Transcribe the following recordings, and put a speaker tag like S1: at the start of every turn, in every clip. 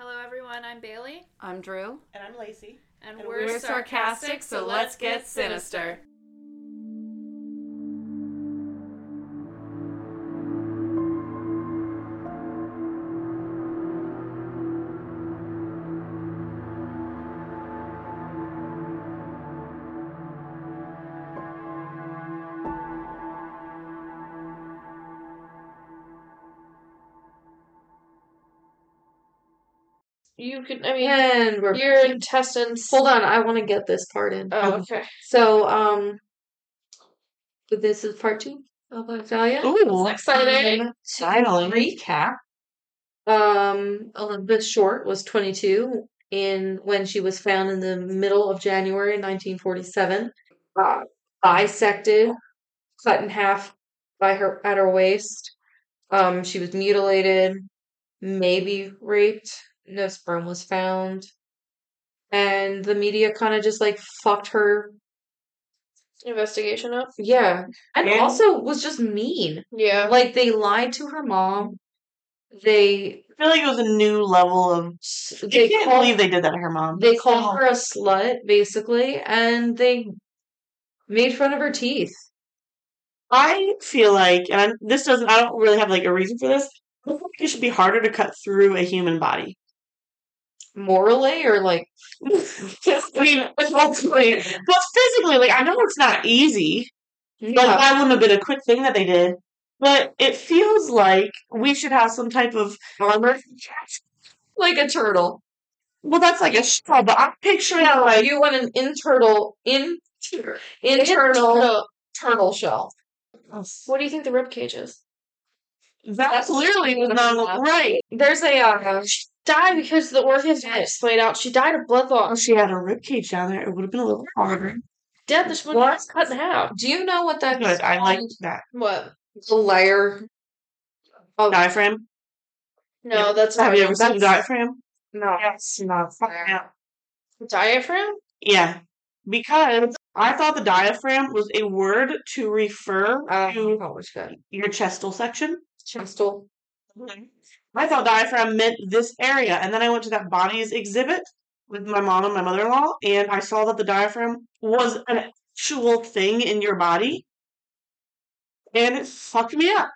S1: and I'm Bailey.
S2: I'm Drew.
S3: And I'm Lacey.
S1: And,
S3: And
S1: we're,
S3: we're
S1: sarcastic, so let's get sinister.
S4: You can, I mean, and we're your intestines.
S5: Hold on, I want to get this part in.
S4: Oh,
S5: Um,
S4: okay.
S5: So, um, this is part two of Octavia.
S4: It's
S3: Ooh,
S4: exciting.
S3: exciting. Recap.
S5: Um, Elizabeth Short was 22 in when she was found in the middle of January 1947, uh, bisected, cut in half by her at her waist. Um, she was mutilated, maybe raped. No sperm was found, and the media kind of just like fucked her.
S4: Investigation up.
S5: Yeah, and
S3: And-
S5: also was just mean.
S4: Yeah.
S5: Like they lied to her mom. They
S3: I feel like it was a new level of. I
S5: they
S3: can't
S5: called-
S3: believe they did that to her mom.
S5: They called
S3: Oh.
S5: her a slut, basically, and they made fun of her teeth.
S3: I feel like, and I'm, this doesn't. I don't really have like a reason for this. I feel like it should be harder to cut through a human body.
S5: Morally, or like,
S3: I mean, hopefully, but physically, like I know it's not easy. Like
S5: yeah,
S3: that wouldn't have been a quick thing that they did. But it feels like we should have some type of armor.
S5: like a turtle.
S3: Well, that's like a shell, but I'm picturing like
S5: You want an internal, in, internal turtle shell.
S4: What do you think the rib cage is?
S3: that
S5: That's-
S3: clearly was not right.
S5: There's a, uh,
S4: Died because the organs weren't splayed out. She died of blood
S3: If
S4: loss.
S3: she had a ribcage down there, it would have been a little harder.
S4: Dead. This one
S5: What?
S4: was cut in half.
S5: do you know what that's
S3: Good, I like that
S4: What?
S5: The layer. Oh,
S3: diaphragm.
S4: No, that's
S3: Have
S4: not
S3: you ever seen
S4: that's-
S3: diaphragm?
S5: no.
S3: Yes, no. fuck
S5: Fair.
S3: no.
S4: diaphragm.
S3: Yeah, because I thought the diaphragm was a word to refer
S5: Uh,
S3: to
S5: oh, it's good.
S3: your chestal section.
S5: Chestal.
S3: Mm-hmm. I thought diaphragm meant this area, and then I went to that bodies exhibit with my mom and my mother in law, and I saw that the diaphragm was an actual thing in your body, and it fucked me up.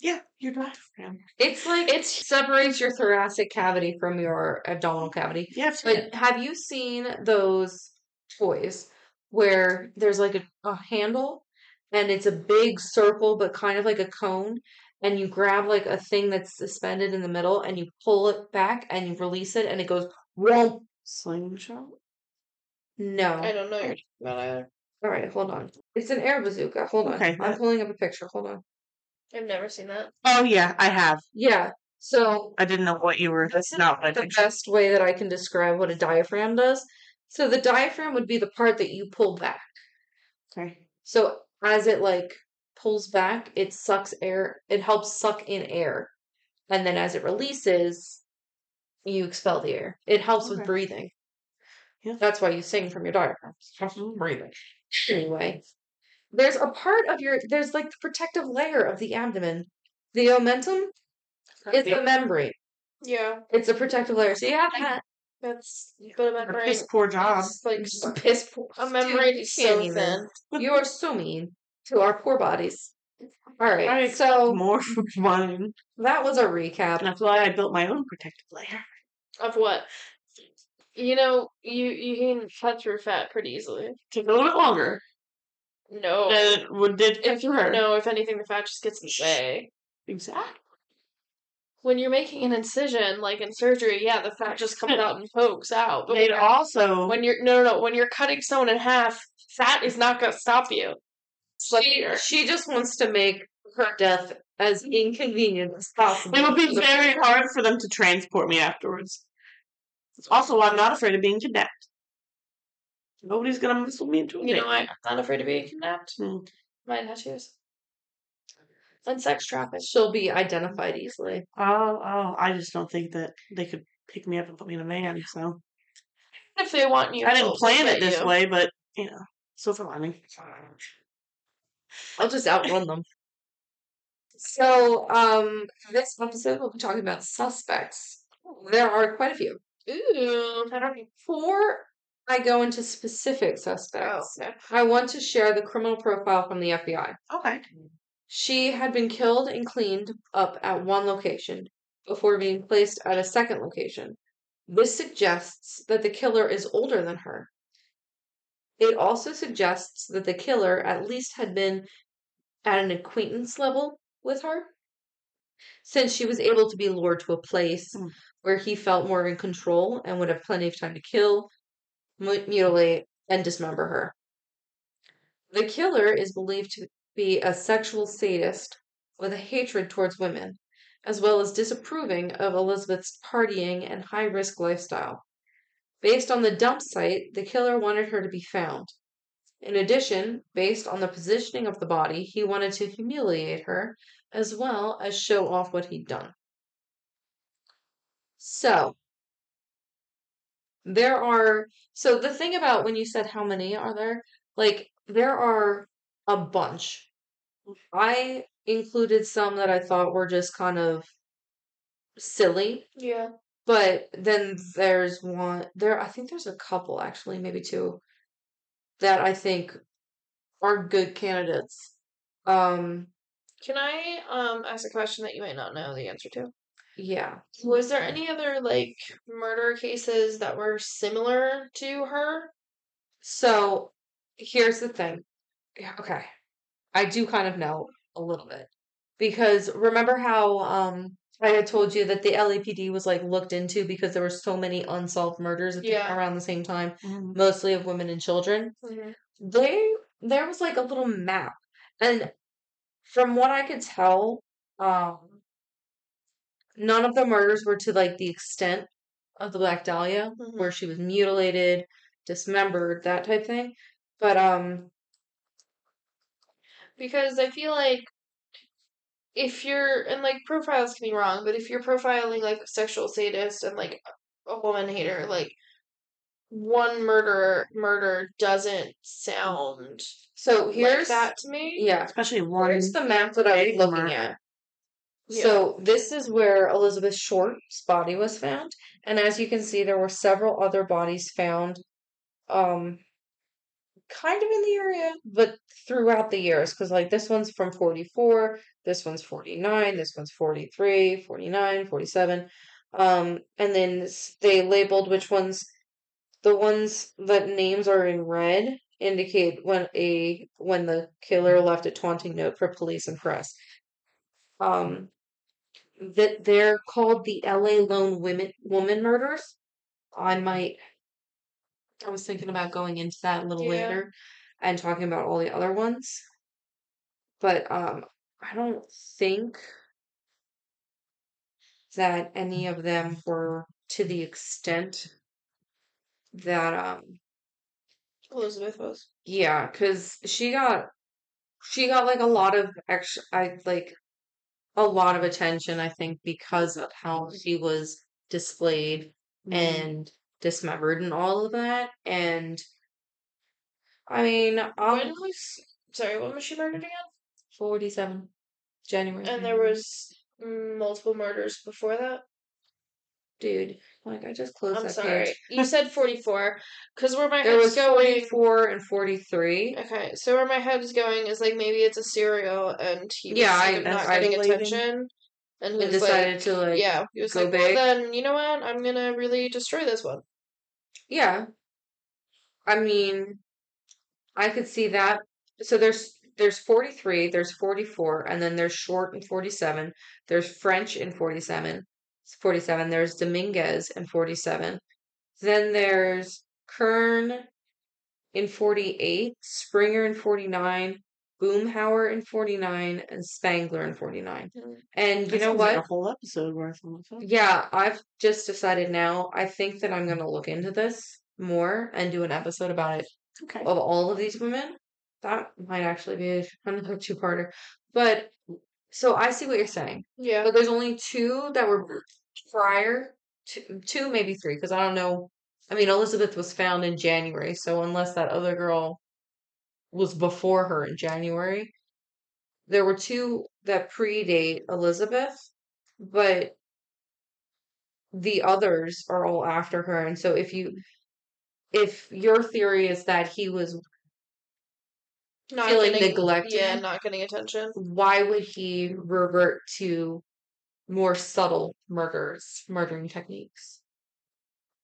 S3: Yeah, your diaphragm.
S5: It's like, it separates your thoracic cavity from your abdominal cavity.
S3: Yeah, I've seen it.
S5: But have you seen those toys where there's like a, a handle and it's a big circle, but kind of like a cone? And you grab like a thing that's suspended in the middle and you pull it back and you release it and it goes, whoa.
S3: slingshot.
S4: I
S5: No.
S4: don't know. You're talking about either.
S5: All right, hold on. It's an air bazooka. Hold on.
S3: Okay.
S5: I'm pulling up a picture. Hold on.
S4: I've never seen that.
S3: Oh yeah, I have.
S5: Yeah. So
S3: I didn't know what you were. That's not what I
S5: the
S3: pictured.
S5: best way that I can describe what a diaphragm does. So the diaphragm would be the part that you pull back.
S3: Okay.
S5: So as it like pulls back, it sucks air. It helps suck in air, and then as it releases, you expel the air. It helps
S3: Okay.
S5: with breathing.
S3: Yeah. Mm.
S5: That's why you sing from your diaphragm. It helps with breathing. Anyway, there's a part of your there's like the protective layer of the abdomen. The omentum is the membrane.
S4: Yeah,
S5: It's a protective layer. So yeah,
S4: that's but a membrane.
S3: His poor job.
S4: It's like
S5: piss poor.
S4: a membrane
S5: Dude,
S4: is
S5: can't
S4: so
S5: even.
S4: thin.
S5: You are so mean to our poor bodies. All right,
S3: I-
S5: so
S3: More for mine.
S5: That was a recap.
S3: That's why I built my own protective layer.
S4: Of what? You know, you you can cut through fat pretty easily.
S3: Took a little bit longer
S4: No.
S3: than it would did
S4: If
S3: for her.
S4: No, if anything, the fat just gets in the way.
S3: Exactly.
S4: When you're making an incision, like in surgery, yeah, the fat just comes out and pokes out. But when
S3: It
S4: you're,
S3: also
S4: when you're no, no, no, when you're cutting someone in half, fat is not gonna stop you. It's like-
S5: She, she just wants to make her death as inconvenient as possible.
S3: It would be very hard for them to transport me afterwards. It's also why I'm not afraid of being kidnapped. Nobody's gonna mess with me into a
S4: you know, I, I'm not afraid of being kidnapped.
S3: Hmm.
S4: My tattoos. And sex trafficking.
S5: She'll be identified easily.
S3: Oh, oh, I just don't think that they could pick me up and put me in a van. So
S4: If they want you,
S3: I
S4: they'll
S3: didn't plan it
S4: look at
S3: this
S4: you.
S3: way, but you know, silver lining.
S5: I'll just outrun them. So, um, this episode we'll be talking about suspects. There are quite a few.
S4: Ooh.
S5: I don't Before I go into specific suspects,
S4: okay.
S3: Oh.
S5: I want to share the criminal profile from the FBI.
S3: Okay.
S5: She had been killed and cleaned up at one location before being placed at a second location. This suggests that the killer is older than her. It also suggests that the killer at least had been at an acquaintance level with her, since she was able to be lured to a place
S3: Mm.
S5: where he felt more in control and would have plenty of time to kill, mu- mutilate, and dismember her. The killer is believed to be a sexual sadist with a hatred towards women, as well as disapproving of Elizabeth's partying and high risk lifestyle. Based on the dump site, the killer wanted her to be found. In addition, based on the positioning of the body, he wanted to humiliate her as well as show off what he'd done. So, there are. So, the thing about when you said how many are there, like, there are a bunch. I included some that I thought were just kind of silly,
S4: Yeah.
S5: but then there's one there I think there's a couple actually, maybe two that I think are good candidates. Um
S4: Can I um ask a question that you might not know the answer to?
S5: yeah.
S4: Was there any other like murder cases that were similar to her?
S5: So here's the thing. Yeah, Okay. I do kind of know a little bit. Because remember how um I had told you that the LAPD was like looked into because there were so many unsolved murders at the-
S4: Yeah.
S5: around the same time,
S3: Mhm.
S5: mostly of women and children. they there was like a little map and from what i could tell um none of the murders were to like the extent of the black dahlia
S4: Mhm.
S5: where she was mutilated dismembered that type thing but um
S4: Because I feel like if you're and like profiles can be wrong, but if you're profiling like a sexual sadist and like a woman hater, like one murderer murder doesn't sound
S5: so
S4: Here's
S5: here's
S4: that to me.
S5: yeah
S3: Especially one.
S5: here's the map that i was
S3: big
S5: looking
S3: murder.
S5: at So this is where Elizabeth Short's body was found, and as you can see, there were several other bodies found, um, kind of in the area, but throughout the years, because like this one's from 44, this one's 49, this one's 43, 49, 47, um, and then s- they labeled which ones. The ones that names are in red indicate when a when the killer left a taunting note for police and press um that they're called the LA lone women woman murders. I might I was thinking about going into that a little
S4: Yeah.
S5: later and talking about all the other ones. But um I don't think that any of them were to the extent that um
S4: Elizabeth was.
S5: yeah, cuz she got she got like a lot of extra I like a lot of attention, I think, because of how
S4: Mm-hmm.
S5: she was displayed and dismembered and all of that. And I mean,
S4: When
S5: I'm
S4: was sorry, when was she murdered again?
S5: 47 January.
S4: And there was multiple murders before that.
S5: dude, like I just closed
S4: I'm
S5: that
S4: sorry.
S5: page.
S4: You said 44. Because where my
S5: There
S4: head's
S5: was
S4: going.
S5: 44 and 43.
S4: Okay, so where my head's going is like maybe it's a serial and he was
S5: Yeah,
S4: like,
S5: I-
S4: not
S5: I-
S4: getting
S5: I-
S4: attention. And he
S5: And
S4: was
S5: decided
S4: like,
S5: to like, yeah.
S4: yeah, he was
S5: go
S4: like,
S5: big.
S4: well, then, you know what? I'm gonna really destroy this one.
S5: I mean, I could see that. So there's there's 43, there's 44, and then there's Short in 47. There's French in 47. 47. There's Dominguez in 47. Then there's Kern in 48, Springer in 49, Boomhauer in 49, and Spangler in 49.
S4: Mm.
S5: And you
S3: That
S5: know
S3: sounds
S5: what?
S3: Like a whole episode worth. of it.
S5: Yeah, I've just decided now. I think that I'm going to look into this more and do an episode about it
S3: Okay.
S5: of all of these women. That might actually be a- another two parter. But so I see what you're saying.
S4: Yeah.
S5: But there's only two that were prior to two, maybe three, because I don't know. I mean, Elizabeth was found in January, so unless that other girl was before her in January, there were two that predate Elizabeth, but the others are all after her. And so if you if your theory is that he was
S4: Not
S5: Feeling
S4: getting,
S5: neglected.
S4: Yeah, not getting attention.
S5: why would he revert to more subtle murders, murdering techniques?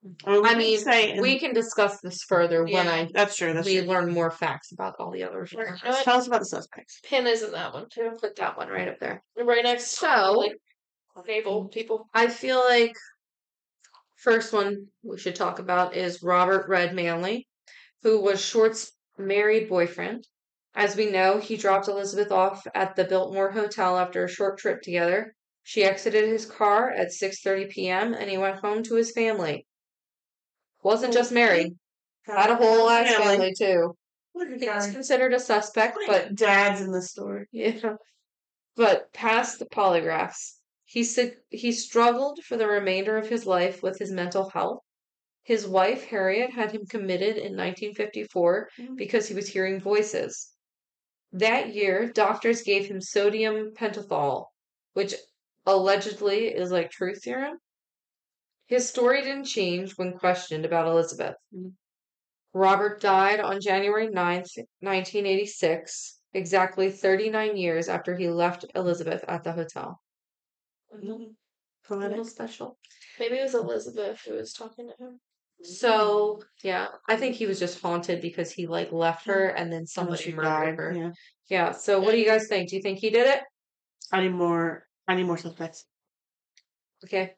S3: mean, we
S5: I
S3: can
S5: mean,
S3: say
S5: We can discuss this further when
S4: Yeah.
S5: I
S3: that's true. That's
S5: we
S3: true.
S5: learn more facts about all the others.
S4: Or, you know what?
S3: Tell us about the suspects.
S4: Pin is in that one too.
S5: Put that one right up there.
S4: Right next to
S5: So-
S4: like naval people.
S5: I feel like first one we should talk about is Robert Red Manley, who was Short's married boyfriend. As we know, he dropped Elizabeth off at the Biltmore Hotel after a short trip together. She exited his car at 6:30 p.m. and he went home to his family. Wasn't just married, had a whole ass family too.
S3: Look at
S5: He was
S3: Gary.
S5: considered a suspect, but
S3: But dad's in the story.
S5: yeah. But past the polygraphs, he said he struggled for the remainder of his life with his mental health. His wife, Harriet, had him committed in 1954
S3: Mm.
S5: because he was hearing voices. That year, doctors gave him sodium pentothal, which allegedly is like truth serum. His story didn't change when questioned about Elizabeth.
S3: Mm.
S5: Robert died on January 9th, 1986, exactly 39 years after he left Elizabeth at the hotel.
S3: Mm-hmm.
S5: A little
S3: Poetic.
S5: special.
S4: Maybe it was Elizabeth who was talking to him.
S5: So, yeah, I think he was just haunted because he like left her and then somebody
S3: She
S5: murdered
S3: died.
S5: her.
S3: Yeah.
S5: Yeah, so what do you guys think? Do you think he did it?
S3: I need more. I need more suspects.
S5: Okay.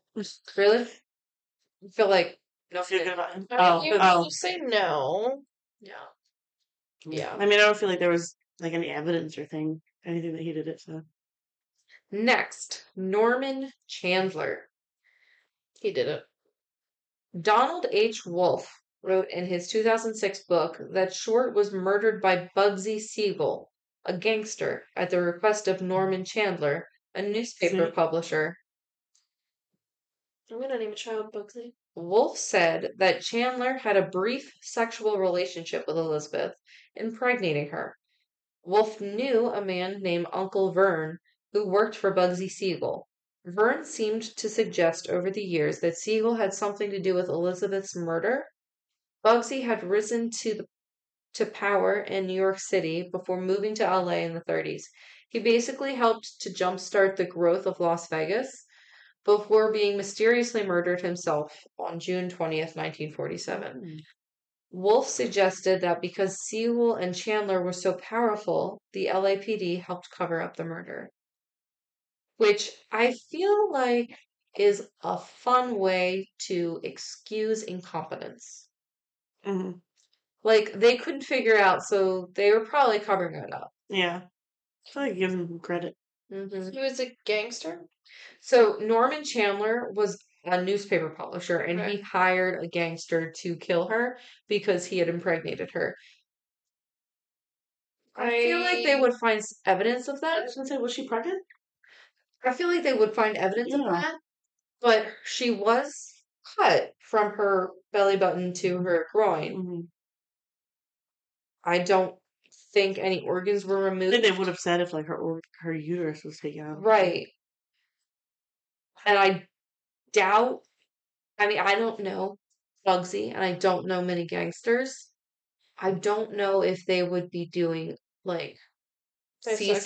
S5: Really? I feel like
S3: You don't feel good about him.
S4: I
S3: Oh,
S4: mean, you,
S3: oh.
S4: you say no.
S5: yeah.
S4: Yeah.
S3: I mean, I don't feel like there was like any evidence or thing, anything that he did it. So
S5: Next, Norman Chandler.
S4: He did it.
S5: Donald H. Wolfe wrote in his 2006 book that Short was murdered by Bugsy Siegel, a gangster, at the request of Norman Chandler, a newspaper
S3: Mhm.
S5: publisher.
S4: I'm gonna name a child Bugsy.
S5: Wolfe said that Chandler had a brief sexual relationship with Elizabeth, impregnating her. Wolfe knew a man named Uncle Vern who worked for Bugsy Siegel. Vern seemed to suggest over the years that Siegel had something to do with Elizabeth's murder. Bugsy had risen to the, to power in New York City before moving to LA in the 30s. He basically helped to jumpstart the growth of Las Vegas before being mysteriously murdered himself on June 20th, 1947. Wolf suggested that because Sewell and Chandler were so powerful, the LAPD helped cover up the murder. Which I feel like is a fun way to excuse incompetence.
S3: hmm
S5: Like they couldn't figure out, so they were probably covering it up.
S3: yeah, I feel like give him credit.
S5: Mm-hmm.
S4: He was a gangster.
S5: So Norman Chandler was a newspaper publisher and he hired a gangster to kill her because he had impregnated her. I feel like they
S4: I-
S5: would find s- evidence of
S3: I
S5: that.
S3: was gonna say, was she pregnant?
S5: I feel like they would find evidence of
S3: Yeah.
S5: that. But she was cut from her belly button to her groin.
S3: hmm
S5: I don't think any organs were
S3: I think
S5: removed.
S3: they would have said if like her or- her uterus was taken out.
S5: Right. And I doubt, I mean, I don't know Bugsy, and I don't know many gangsters. I don't know if they would be doing like C
S4: Dissection.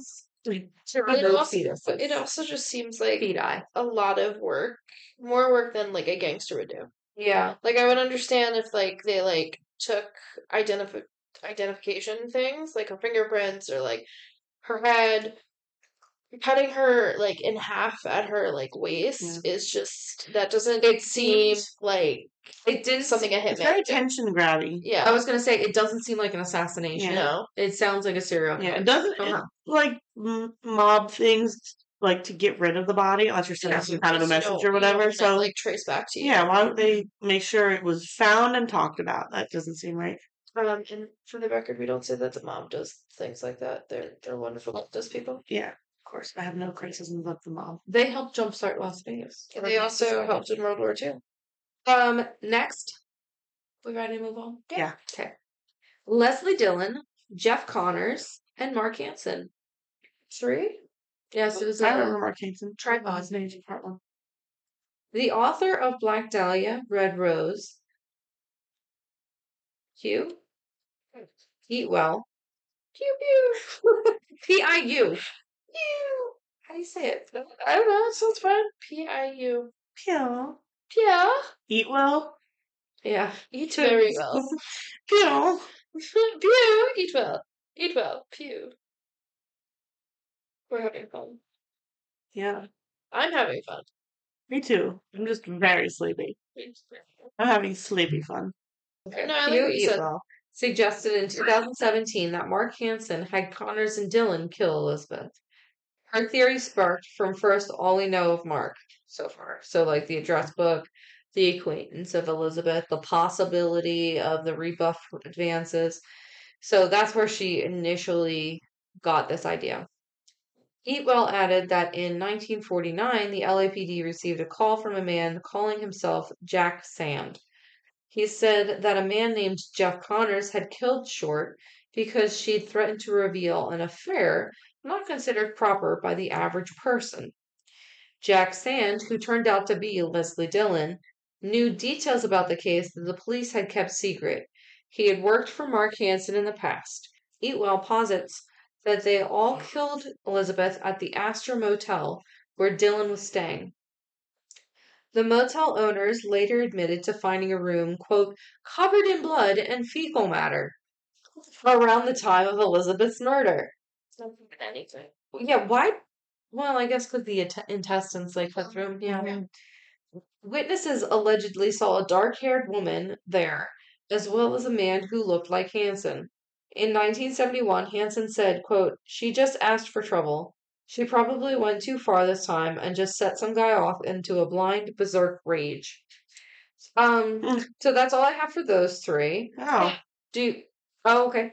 S5: sections
S3: Like,
S5: to
S4: But it
S5: remove
S4: also-
S5: fetuses.
S4: It also just seems like
S5: feti.
S4: a lot of work, more work than like a gangster would do.
S5: Yeah.
S4: Like I would understand if like they like took identif- identification things, like her fingerprints or like her head. Cutting her like in half at her like waist is just that doesn't
S5: It
S4: seem
S5: seems-
S4: like
S5: It didn't.
S4: something a
S3: it's very
S4: hitman. did.
S3: attention grabbing.
S5: I
S4: Yeah,
S5: was gonna say it doesn't seem like an assassination.
S4: no,
S5: It sounds like a serial.
S3: Yeah,
S5: killer.
S3: it doesn't
S5: Uh-huh.
S3: it, like m- mob things like to get rid of the body unless you're sending
S5: Yeah.
S3: some kind of a
S4: Just
S3: message
S4: don't-
S3: or
S4: you don't
S3: whatever.
S4: wanna,
S3: So
S4: like trace back to you.
S3: yeah, why don't they make sure it was found and talked about? That doesn't seem right.
S4: Um, and for the record, we don't say that the mom does things like that. They're they're wonderful, those people.
S3: Yeah, of course. I have no criticisms of the mob.
S5: They helped jumpstart Las Vegas.
S4: And they also helped in World War II.
S5: Um, next, we ready to move on?
S3: Yeah.
S5: Okay. Leslie Dillon, Jeff Connors, and Mark Hansen. Three? Yes, it was
S3: I
S5: a
S3: remember Mark Hanson.
S5: tripod.
S3: His name's part one.
S5: The author of Black Dahlia, Red Rose, Q, Heatwell, Pew Pew, P I U.
S4: Pew. How do you say it? I don't know. It sounds fun. P I U.
S3: Pew.
S4: Yeah.
S3: Eat well.
S5: Yeah,
S4: Eat very well.
S3: Pew.
S4: Pew. Eat well. Eat well. Pew. We're having fun.
S3: Yeah,
S4: I'm having fun.
S3: me too. I'm just very sleepy. I'm having sleepy fun.
S4: No, I like
S5: Pew
S4: what you
S5: Eat
S4: said.
S5: Well suggested in 2017 that Mark Hansen had Connors and Dylan kill Elizabeth. Her theory sparked from first all we know of Mark so far. So, like the address book, the acquaintance of Elizabeth, the possibility of the rebuff advances. So, that's where she initially got this idea. Eatwell added that in 1949, the LAPD received a call from a man calling himself Jack Sand. He said that a man named Jeff Connors had killed Short because she threatened to reveal an affair not considered proper by the average person. Jack Sand, who turned out to be Leslie Dillon, knew details about the case that the police had kept secret. He had worked for Mark Hansen in the past. Eatwell posits that they all killed Elizabeth at the Astor Motel where Dillon was staying. The motel owners later admitted to finding a room, quote, covered in blood and fecal matter around the time of Elizabeth's murder.
S4: Anything.
S5: Yeah, why? Well, I guess because the int- intestines like cut through 'em, Yeah.
S4: Yeah.
S5: Witnesses allegedly saw a dark haired woman there, as well as a man who looked like Hanson. In 1971, Hanson said, quote, She just asked for trouble. She probably went too far this time and just set some guy off into a blind, berserk rage. Um,
S3: Mm.
S5: so that's all I have for those three.
S3: Oh,
S5: Do you, oh, okay.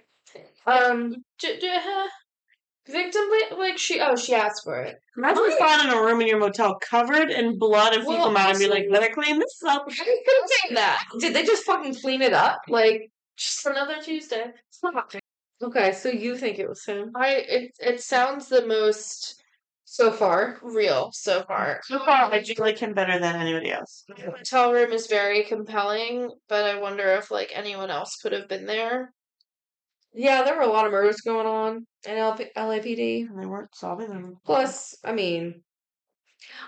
S5: Um,
S4: J- j- huh? Victim, bla- like she, oh, she asked for it.
S3: imagine
S4: Right.
S3: found in a room in your motel covered in blood and fecal
S4: Well,
S3: matter and be like,
S4: also-
S3: better clean this up.
S4: How you gonna say that?
S5: did they just fucking clean it up? Like,
S4: Just another Tuesday.
S5: okay, so you think it was him
S4: I, it, it sounds the most
S5: so far?
S4: real so far.
S3: So far, I just like him better than anybody else.
S4: The hotel room is very compelling, but I wonder if like anyone else could have been there.
S5: Yeah, there were a lot of murders going on in LP- LAPD.
S3: And they weren't solving them.
S5: Plus, I mean,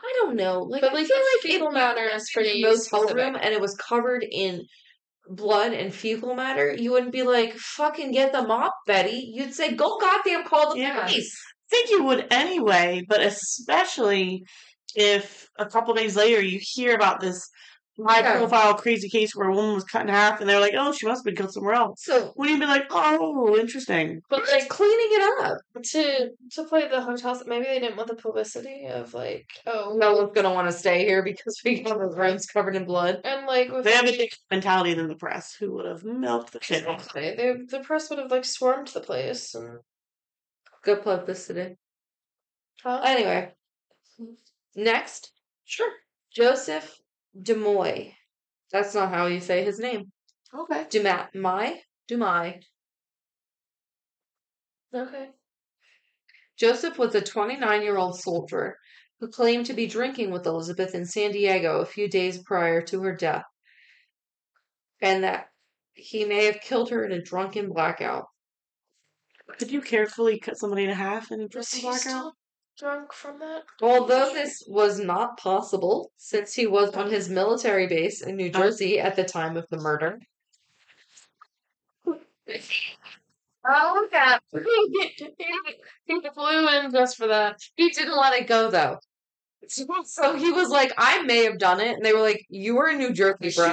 S5: I don't know. Like,
S4: But
S5: I
S4: like,
S5: feel
S4: the
S5: like
S4: fecal
S5: if
S4: matter
S5: you
S4: is
S5: went to
S4: pretty
S5: a motel
S4: specific.
S5: room and it was covered in blood and fecal matter. You wouldn't be like, "Fucking get the mop, Betty." You'd say, "Go goddamn call the
S3: Yeah.
S5: police."
S3: I think you would anyway, but especially if a couple days later you hear about this high profile crazy case where a woman was cut in half and they're like, oh, she must have been killed somewhere else.
S5: So
S3: Wouldn't you be like, oh, interesting?
S4: But
S5: they're
S4: like
S5: just cleaning it up.
S4: to to play the hotels, maybe they didn't want the publicity of like oh
S5: No one's gonna want to stay here because we got the rooms covered in blood.
S4: and like with
S3: They have a different mentality than the press, who would have milked the shit out of
S4: Exactly. They, the press would have like swarmed the place. And,
S5: Good publicity.
S4: huh?
S5: Anyway, next,
S4: sure.
S5: Joseph Demoy. That's not how you say his name.
S3: Okay.
S5: Dumai, my Dumai.
S4: Okay.
S5: Joseph was a 29 year old soldier who claimed to be drinking with Elizabeth in San Diego a few days prior to her death, and that he may have killed her in a drunken blackout.
S3: Could you carefully cut somebody in half and
S4: Was
S3: dress the
S4: he
S3: blackout?
S4: still drunk from that?
S5: Although this was not possible, since he was on his military base in New Jersey at the time of the murder.
S4: Oh, yeah. he, flew in just for that.
S5: He didn't let it go though. So he was like, I may have done it. And they were like, You were in New Jersey, bro.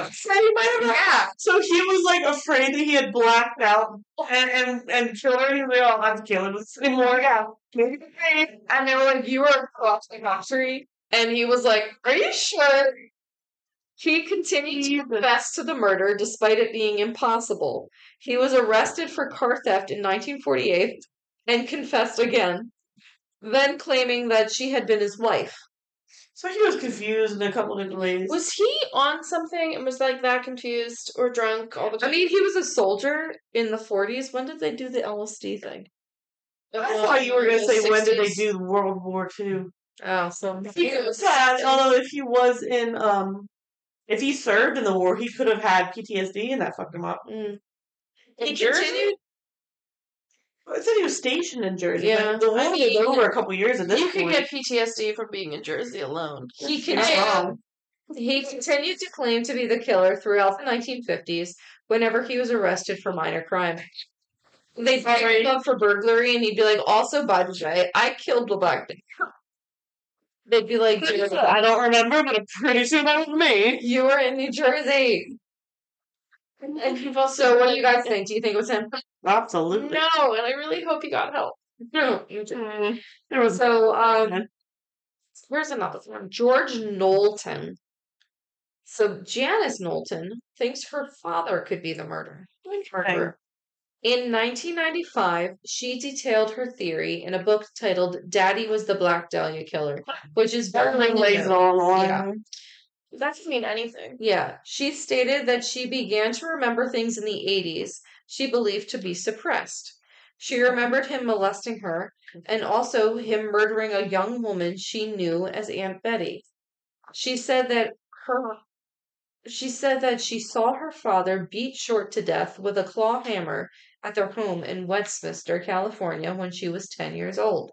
S5: Yeah.
S3: So he was like afraid that he had blacked out and and, and killed her. He was like, oh, I'm killing this anymore. Yeah. Maybe the same.
S5: And they were like, You were across the country. And he was like, Are you sure? He continued to confess to the murder despite it being impossible. He was arrested for car theft in 1948 and confessed again, then claiming that she had been his wife.
S3: So he was confused in a couple different ways.
S4: Was he on something and was like that confused or drunk all the
S5: I
S4: time?
S5: mean, he was a soldier in the 40s. When did they do the LSD thing?
S3: I thought you were gonna say when did they do World War II?
S5: Oh, so
S3: He could have had, although if he was in, um, if he served in the war, he could have had PTSD and that fucked him up.
S5: mm,
S4: In
S3: He
S4: Jersey?
S3: continued- I said he was stationed in Jersey.
S5: Yeah.
S3: but the war
S4: I
S3: was
S4: mean,
S3: over a couple years at this
S4: You could
S3: point.
S4: get PTSD from being in Jersey alone.
S5: he
S3: That's
S5: continued.
S3: wrong.
S5: He continued to claim to be the killer throughout the 1950s whenever he was arrested for minor crime. They'd pick
S4: Sorry.
S5: him up for burglary and he'd be like, also, by the way, I killed the black man. They'd be like, "Dude,
S3: I don't remember, but I'm pretty sure that was me.
S5: you were in New Jersey.
S4: And people also
S5: So what do you guys think? Do you think it was him?
S3: Absolutely.
S4: No, and I really hope he got help.
S5: No. you didn't.
S3: Mm, There was
S5: So, um, where's another one? George Knowlton. So Janice Knowlton thinks her father could be the murderer. murderer. In 1995, she detailed her theory in a book titled "Daddy Was the Black Dahlia Killer," which is
S3: that
S5: barely
S3: lays
S5: known.
S3: all along.
S5: Yeah.
S4: That could mean anything.
S5: Yeah, she stated that she began to remember things in the 80s she believed to be suppressed. She remembered him molesting her and also him murdering a young woman she knew as Aunt Betty. She said that her she said that she saw her father beat short to death with a claw hammer at their home in Westminster, California when she was 10 years old.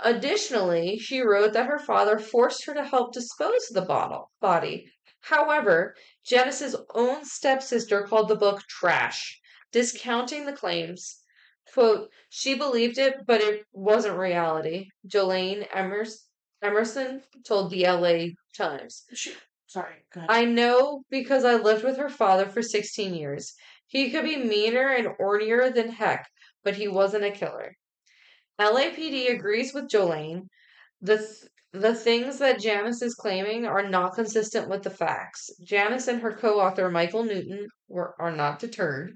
S5: Additionally, she wrote that her father forced her to help dispose of the bottle, body. However, Janice's own stepsister called the book trash, discounting the claims. Quote, she believed it, but it wasn't reality, Jolene Emers- Emerson told the LA Times.
S3: Sorry. Go ahead.
S5: I know because I lived with her father for 16 years. He could be meaner and ornier than heck, but he wasn't a killer. LAPD agrees with Jolene. The, th- the things that Janice is claiming are not consistent with the facts. Janice and her co author, Michael Newton, were, are not deterred.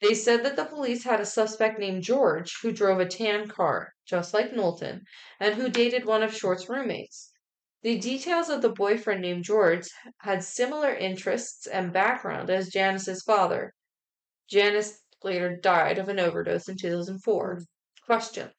S5: They said that the police had a suspect named George who drove a tan car, just like Knowlton, and who dated one of Short's roommates. The details of the boyfriend named George had similar interests and background as Janice's father. Janice later died of an overdose in 2004. Questions?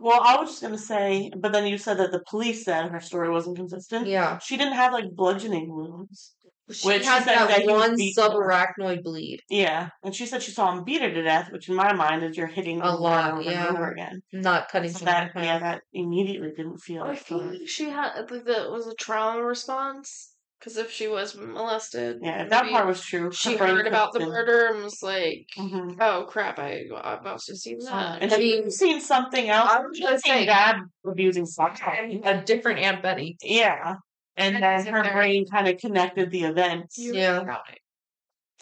S3: Well, I was just gonna say, but then you said that the police said her story wasn't consistent.
S5: Yeah.
S3: She didn't have like bludgeoning wounds.
S5: She
S3: Which
S5: had
S3: said that
S5: that
S3: he was
S5: one
S3: beat-
S5: subarachnoid bleed.
S3: Yeah, and she said she saw him beat her to death, which in my mind is you're hitting
S5: A
S3: the ground
S5: lot,
S3: over and
S5: yeah.
S3: over again.
S5: Not cutting
S3: So
S5: someone
S3: that
S5: in half.
S3: yeah, that immediately didn't feel.
S4: I feel
S3: good.
S4: like she had like that was a trauma response because if she was molested,
S3: Yeah, if that
S4: maybe
S3: part was true.
S4: she heard about the murder and was like,
S3: hmm
S4: "Oh crap, I I've also seen that."
S3: And
S5: I
S3: she
S5: mean,
S3: seen something else.
S5: I was
S3: She'd
S5: gonna
S3: seen
S5: say-
S3: dad abusing sex.
S5: And a different Aunt Betty.
S3: Yeah, and
S4: And
S3: then
S4: is it
S3: her
S4: there?
S3: brain kind of connected the events.
S4: You
S5: Yeah.
S4: forgot it.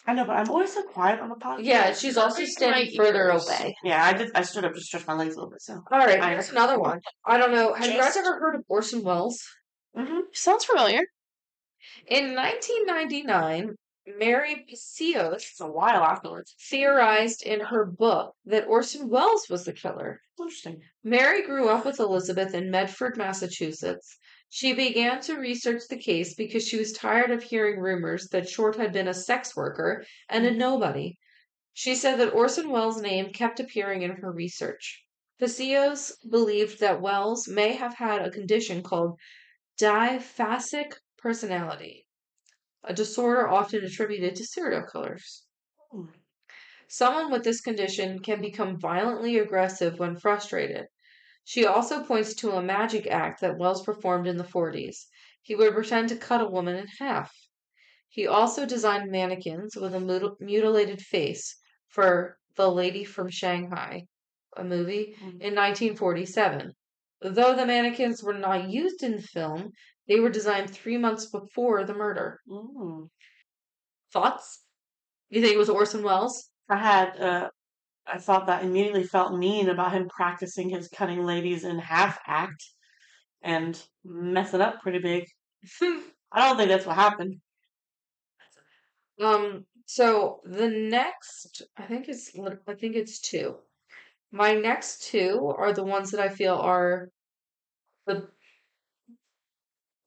S3: I know, but I'm always so quiet on the podcast.
S5: Yeah, she's also
S4: Right,
S5: standing
S4: my
S5: further
S4: ears.
S5: away.
S3: Yeah, I did. I stood up to stretch my legs a little bit. So,
S5: All right,
S3: I-
S5: here's another one. I don't know. Have you guys
S4: Just-
S5: ever heard of Orson Welles?
S4: Sounds familiar.
S5: In 1999, Mary Piccios
S3: it's a while afterwards.
S5: theorized in her book that Orson Welles was the killer.
S3: Interesting.
S5: Mary grew up with Elizabeth in Medford, Massachusetts. She began to research the case because she was tired of hearing rumors that Short had been a sex worker and a nobody. She said that Orson Welles' name kept appearing in her research. Pasillos believed that Wells may have had a condition called diphasic personality, a disorder often attributed to serial killers.
S3: Hmm.
S5: Someone with this condition can become violently aggressive when frustrated. She also points to a magic act that Wells performed in the 40s. He would pretend to cut a woman in half. He also designed mannequins with a mutil- mutilated face for The Lady from Shanghai, a movie, in 1947. Though the mannequins were not used in the film, they were designed three months before the murder.
S3: Mm.
S5: Thoughts? You think it was Orson Welles?
S3: I had. Uh, I thought that immediately felt mean about him practicing his cutting ladies in half act and messing up pretty big. I don't think that's what happened.
S5: Um, so the next, I think it's, lit- I think it's two. My next two are the ones that I feel are the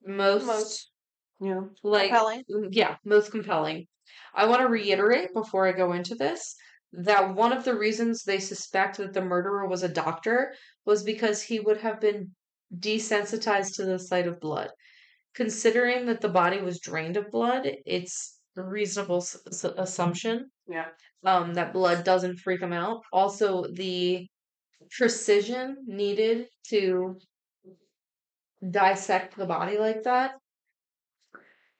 S5: most,
S4: Most.
S3: You know.
S5: like,
S4: Compelling.
S5: yeah, most compelling. I want to reiterate before I go into this that one of the reasons they suspect that the murderer was a doctor was because he would have been desensitized to the sight of blood. Considering that the body was drained of blood, it's a reasonable s- s- assumption
S3: Yeah.
S5: um, that blood doesn't freak him out. Also, the precision needed to dissect the body like that.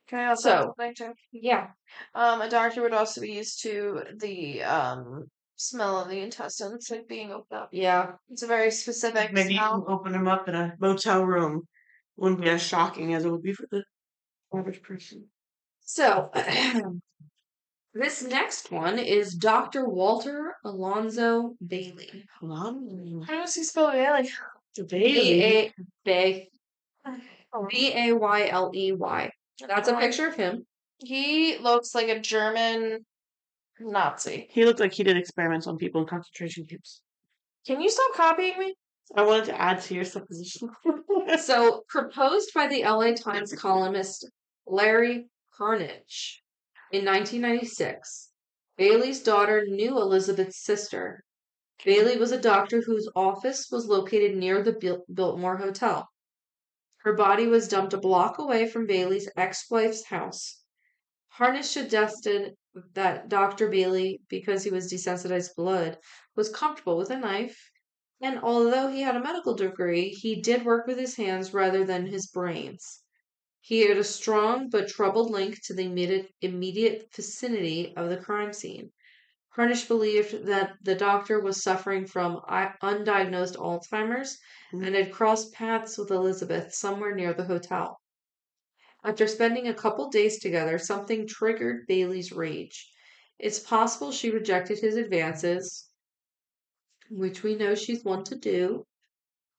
S4: Can I also
S5: So-
S4: add something too?
S5: Yeah.
S4: Um, a doctor would also be used to the um smell of the intestines like being opened up.
S5: Yeah.
S4: It's a very specific
S3: Maybe you can
S4: smell.
S3: open them up in a motel room. Wouldn't be as shocking as it would be for the average person.
S5: So, this next one is Dr. Walter Alonzo Bailey.
S3: Lum,
S4: How does he spell Bailey?
S3: the
S5: B
S3: baby.
S5: A B A Y L E Y. That's a picture of him.
S4: Um, He looks like a German Nazi.
S3: He looked like he did experiments on people in concentration camps.
S4: Can you stop copying me?
S3: I wanted to add to your supposition.
S5: So, proposed by the LA Times columnist Larry Carnage in 1996, Bailey's daughter knew Elizabeth's sister. Bailey was a doctor whose office was located near the Bil- Biltmore Hotel. Her body was dumped a block away from Bailey's ex wife's house. Harnish suggested that Dr. Bailey, because he was desensitized to blood, was comfortable with a knife and although he had a medical degree, he did work with his hands rather than his brains. He had a strong but troubled link to the immediate, immediate vicinity of the crime scene. Harnish believed that the doctor was suffering from i- undiagnosed Alzheimer's
S3: Hmm.
S5: and had crossed paths with Elizabeth somewhere near the hotel. After spending a couple days together, something triggered Bailey's rage. It's possible she rejected his advances, which we know she's one to do.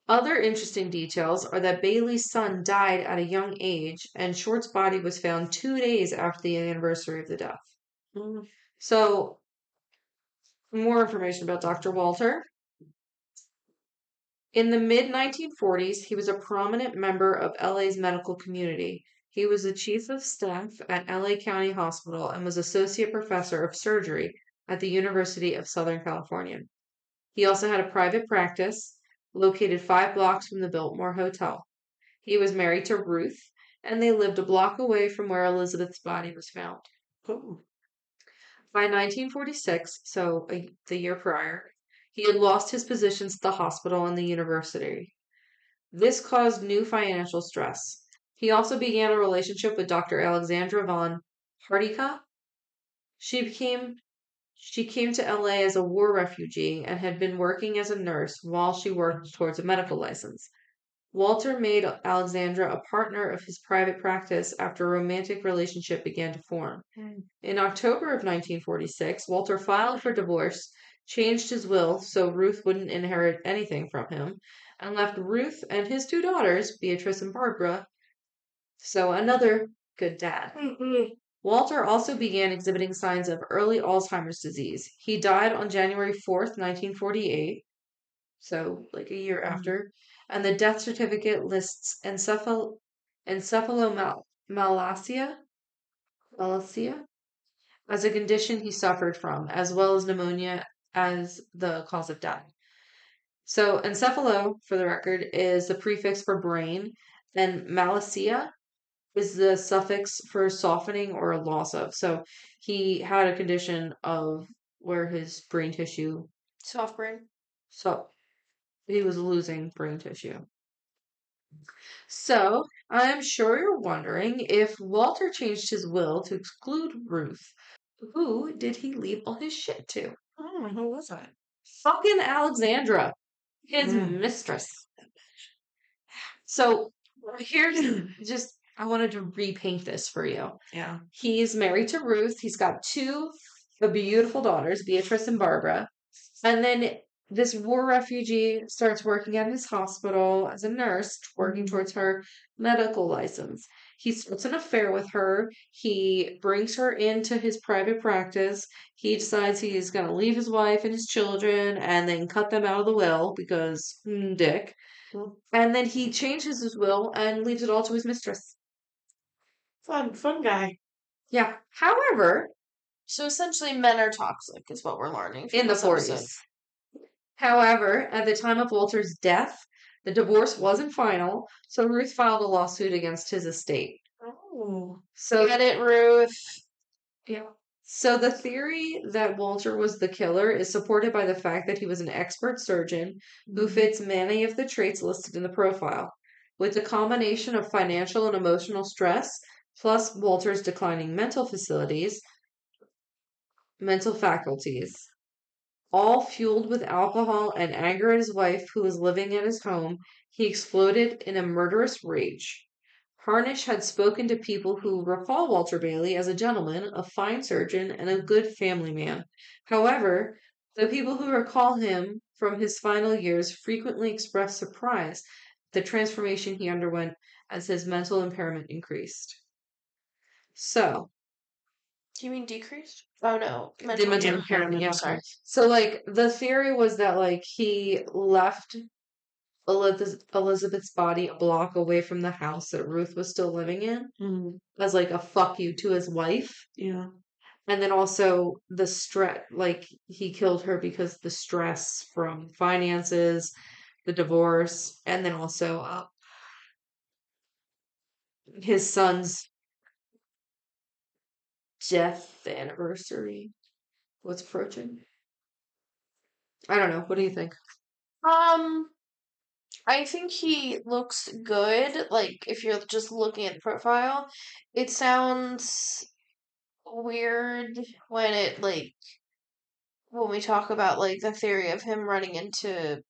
S5: Other interesting details are that Bailey's son died at a young age, and Short's body was found two days after the anniversary of the death.
S3: Mm,
S5: So, more information about Dr. Walter. In the mid 1940s, he was a prominent member of LA's medical community. He was the chief of staff at LA County Hospital and was associate professor of surgery at the University of Southern California. He also had a private practice located five blocks from the Biltmore Hotel. He was married to Ruth, and they lived a block away from where Elizabeth's body was found.
S3: cool.
S5: By 1946, so a, the year prior, he had lost his positions at the hospital and the university. This caused new financial stress. He also began a relationship with Dr. Alexandra von Hardika. She became she came to LA as a war refugee and had been working as a nurse while she worked towards a medical license. Walter made Alexandra a partner of his private practice after a romantic relationship began to form. In October of 1946, Walter filed for divorce, changed his will so Ruth wouldn't inherit anything from him, and left Ruth and his two daughters, Beatrice and Barbara. So, another good dad. Walter also began exhibiting signs of early Alzheimer's disease. He died on January 4th, 1948, so like a year after, and the death certificate lists encephal- encephalomalacia. Malacia? as a condition he suffered from, as well as pneumonia as the cause of death. So, encephalo, for the record, is the prefix for brain, and malacia is the suffix for softening or loss of. So, he had a condition of where his brain tissue,
S4: Soft brain.
S5: so he was losing brain tissue. So, I'm sure you're wondering if Walter changed his will to exclude Ruth, who did he leave all his shit to?
S3: Oh, who was that?
S5: Fucking Alexandra, his
S3: Mm.
S5: mistress. So here's just, I wanted to repaint this for you.
S3: Yeah.
S5: He's married to Ruth. He's got two uh, beautiful daughters, Beatrice and Barbara. And then this war refugee starts working at his hospital as a nurse, working towards her medical license. He starts an affair with her. He brings her into his private practice. He decides he's going to leave his wife and his children and then cut them out of the will because mm, dick.
S3: Cool.
S5: And then he changes his will and leaves it all to his mistress.
S3: Fun, fun guy.
S5: Yeah. However,
S4: So essentially, men are toxic, is what we're learning from
S5: in the
S4: this episode.
S5: 40s. However, at the time of Walter's death, The divorce wasn't final, so Ruth filed a lawsuit against his estate.
S3: Oh.
S5: So
S4: Get it, Ruth.
S5: Yeah. So the theory that Walter was the killer is supported by the fact that he was an expert surgeon who fits many of the traits listed in the profile. With the combination of financial and emotional stress, plus Walter's declining mental facilities, mental faculties, all fueled with alcohol and anger at his wife who was living at his home, he exploded in a murderous rage. Harnish had spoken to people who recall Walter Bailey as a gentleman, a fine surgeon, and a good family man. However, the people who recall him from his final years frequently expressed surprise at the transformation he underwent as his mental impairment increased. So,
S4: Do you mean decreased? Oh no,
S5: the mental impairment, yeah. So, like, the theory was that, like, he left Eliz- Elizabeth's body a block away from the house that Ruth was still living in
S3: Mm,
S5: as, like, a fuck you to his wife.
S3: yeah.
S5: And then also the stress, like, he killed her because the stress from finances, the divorce, and then also uh, his son's death anniversary was approaching. I don't know. What do you think?
S4: Um, I think he looks good. Like if you're just looking at the profile, it sounds weird when it like when we talk about like the theory of him running into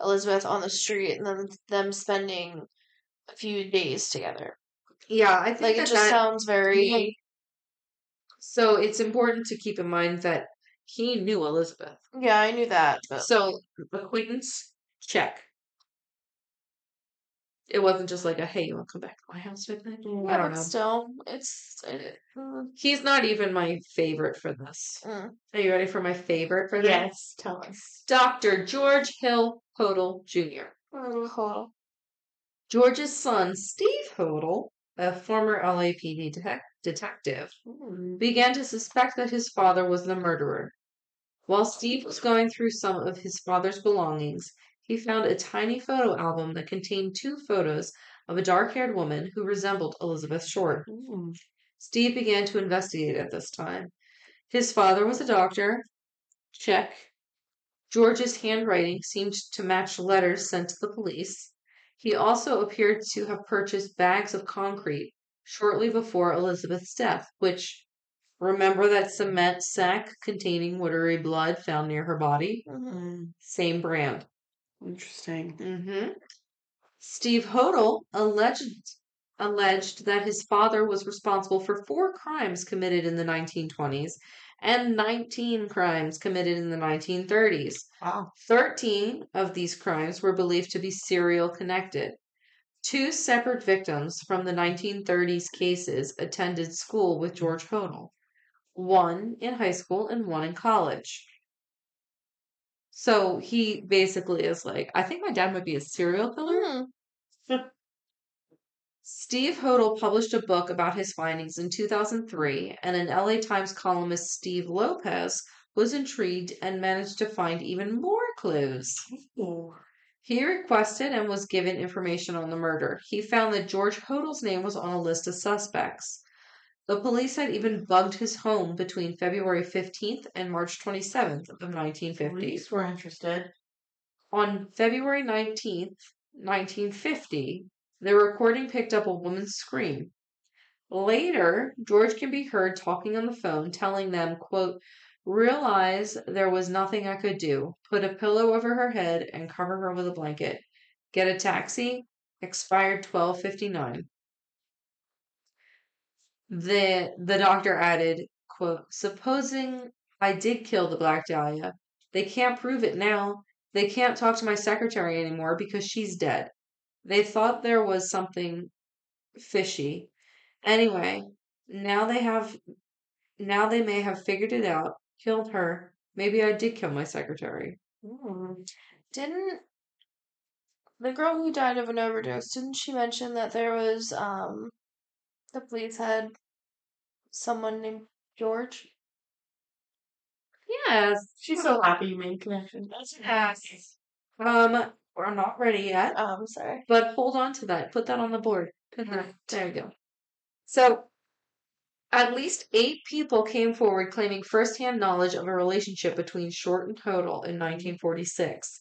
S4: Elizabeth on the street and then them spending a few days together.
S5: Yeah, I think
S4: Like it
S5: that
S4: just
S5: that-
S4: sounds very
S5: So it's important to keep in mind that he knew Elizabeth.
S4: yeah. I knew that, but
S5: So acquaintance, check. It wasn't just like a hey, you want to come back to my house type thing.
S4: yeah,
S5: I don't
S4: but
S5: know.
S4: still, it's it, mm,
S5: He's not even my favorite for this.
S4: mm.
S5: Are you ready for my favorite for this?
S3: Yes, tell us.
S5: Dr. George Hill Hodel Jr.
S4: Hold
S5: George's son, Steve Hodel, a former LAPD detec- detective,
S3: Hmm,
S5: began to suspect that his father was the murderer. While Steve was going through some of his father's belongings, he found a tiny photo album that contained two photos of a dark haired woman who resembled Elizabeth Short.
S3: Mm.
S5: Steve began to investigate at this time. His father was a doctor. Check. George's handwriting seemed to match letters sent to the police. He also appeared to have purchased bags of concrete shortly before Elizabeth's death, which remember that cement sack containing watery blood found near her body?
S4: Mm-hmm.
S3: Mm.
S5: Same brand.
S3: Interesting.
S5: Mm-hmm. Steve Hodel alleged alleged that his father was responsible for four crimes committed in the 1920s and 19 crimes committed in the 1930s.
S3: Wow.
S5: 13 of these crimes were believed to be serial connected. Two separate victims from the 1930s cases attended school with George Hodel, one in high school and one in college. So he basically is like, I think my dad might be a serial killer. Steve Hodel published a book about his findings in 2003, and an LA Times columnist, Steve Lopez, was intrigued and managed to find even more clues.
S3: Oh.
S5: He requested and was given information on the murder. He found that George Hodel's name was on a list of suspects. The police had even bugged his home between February 15th and March 27th of 1950.
S3: Police were interested.
S5: On February 19th, 1950, the recording picked up a woman's scream. Later, George can be heard talking on the phone, telling them, quote, Realize there was nothing I could do. Put a pillow over her head and cover her with a blanket. Get a taxi. Expired 1259. The the doctor added, quote, supposing I did kill the black dahlia. They can't prove it now. They can't talk to my secretary anymore because she's dead. They thought there was something fishy. Anyway, now they have now they may have figured it out, killed her. Maybe I did kill my secretary.
S3: Mm.
S4: Hmm. Didn't the girl who died of an overdose, didn't she mention that there was um the police had someone named George?
S5: Yes.
S3: She's so happy you made a connection. That's
S5: Yes. Um We're not ready yet.
S4: Oh, I'm sorry.
S5: But hold on to that. Put that on the board. Pin that. There you go. So, at least eight people came forward claiming firsthand knowledge of a relationship between Short and Hodel in 1946.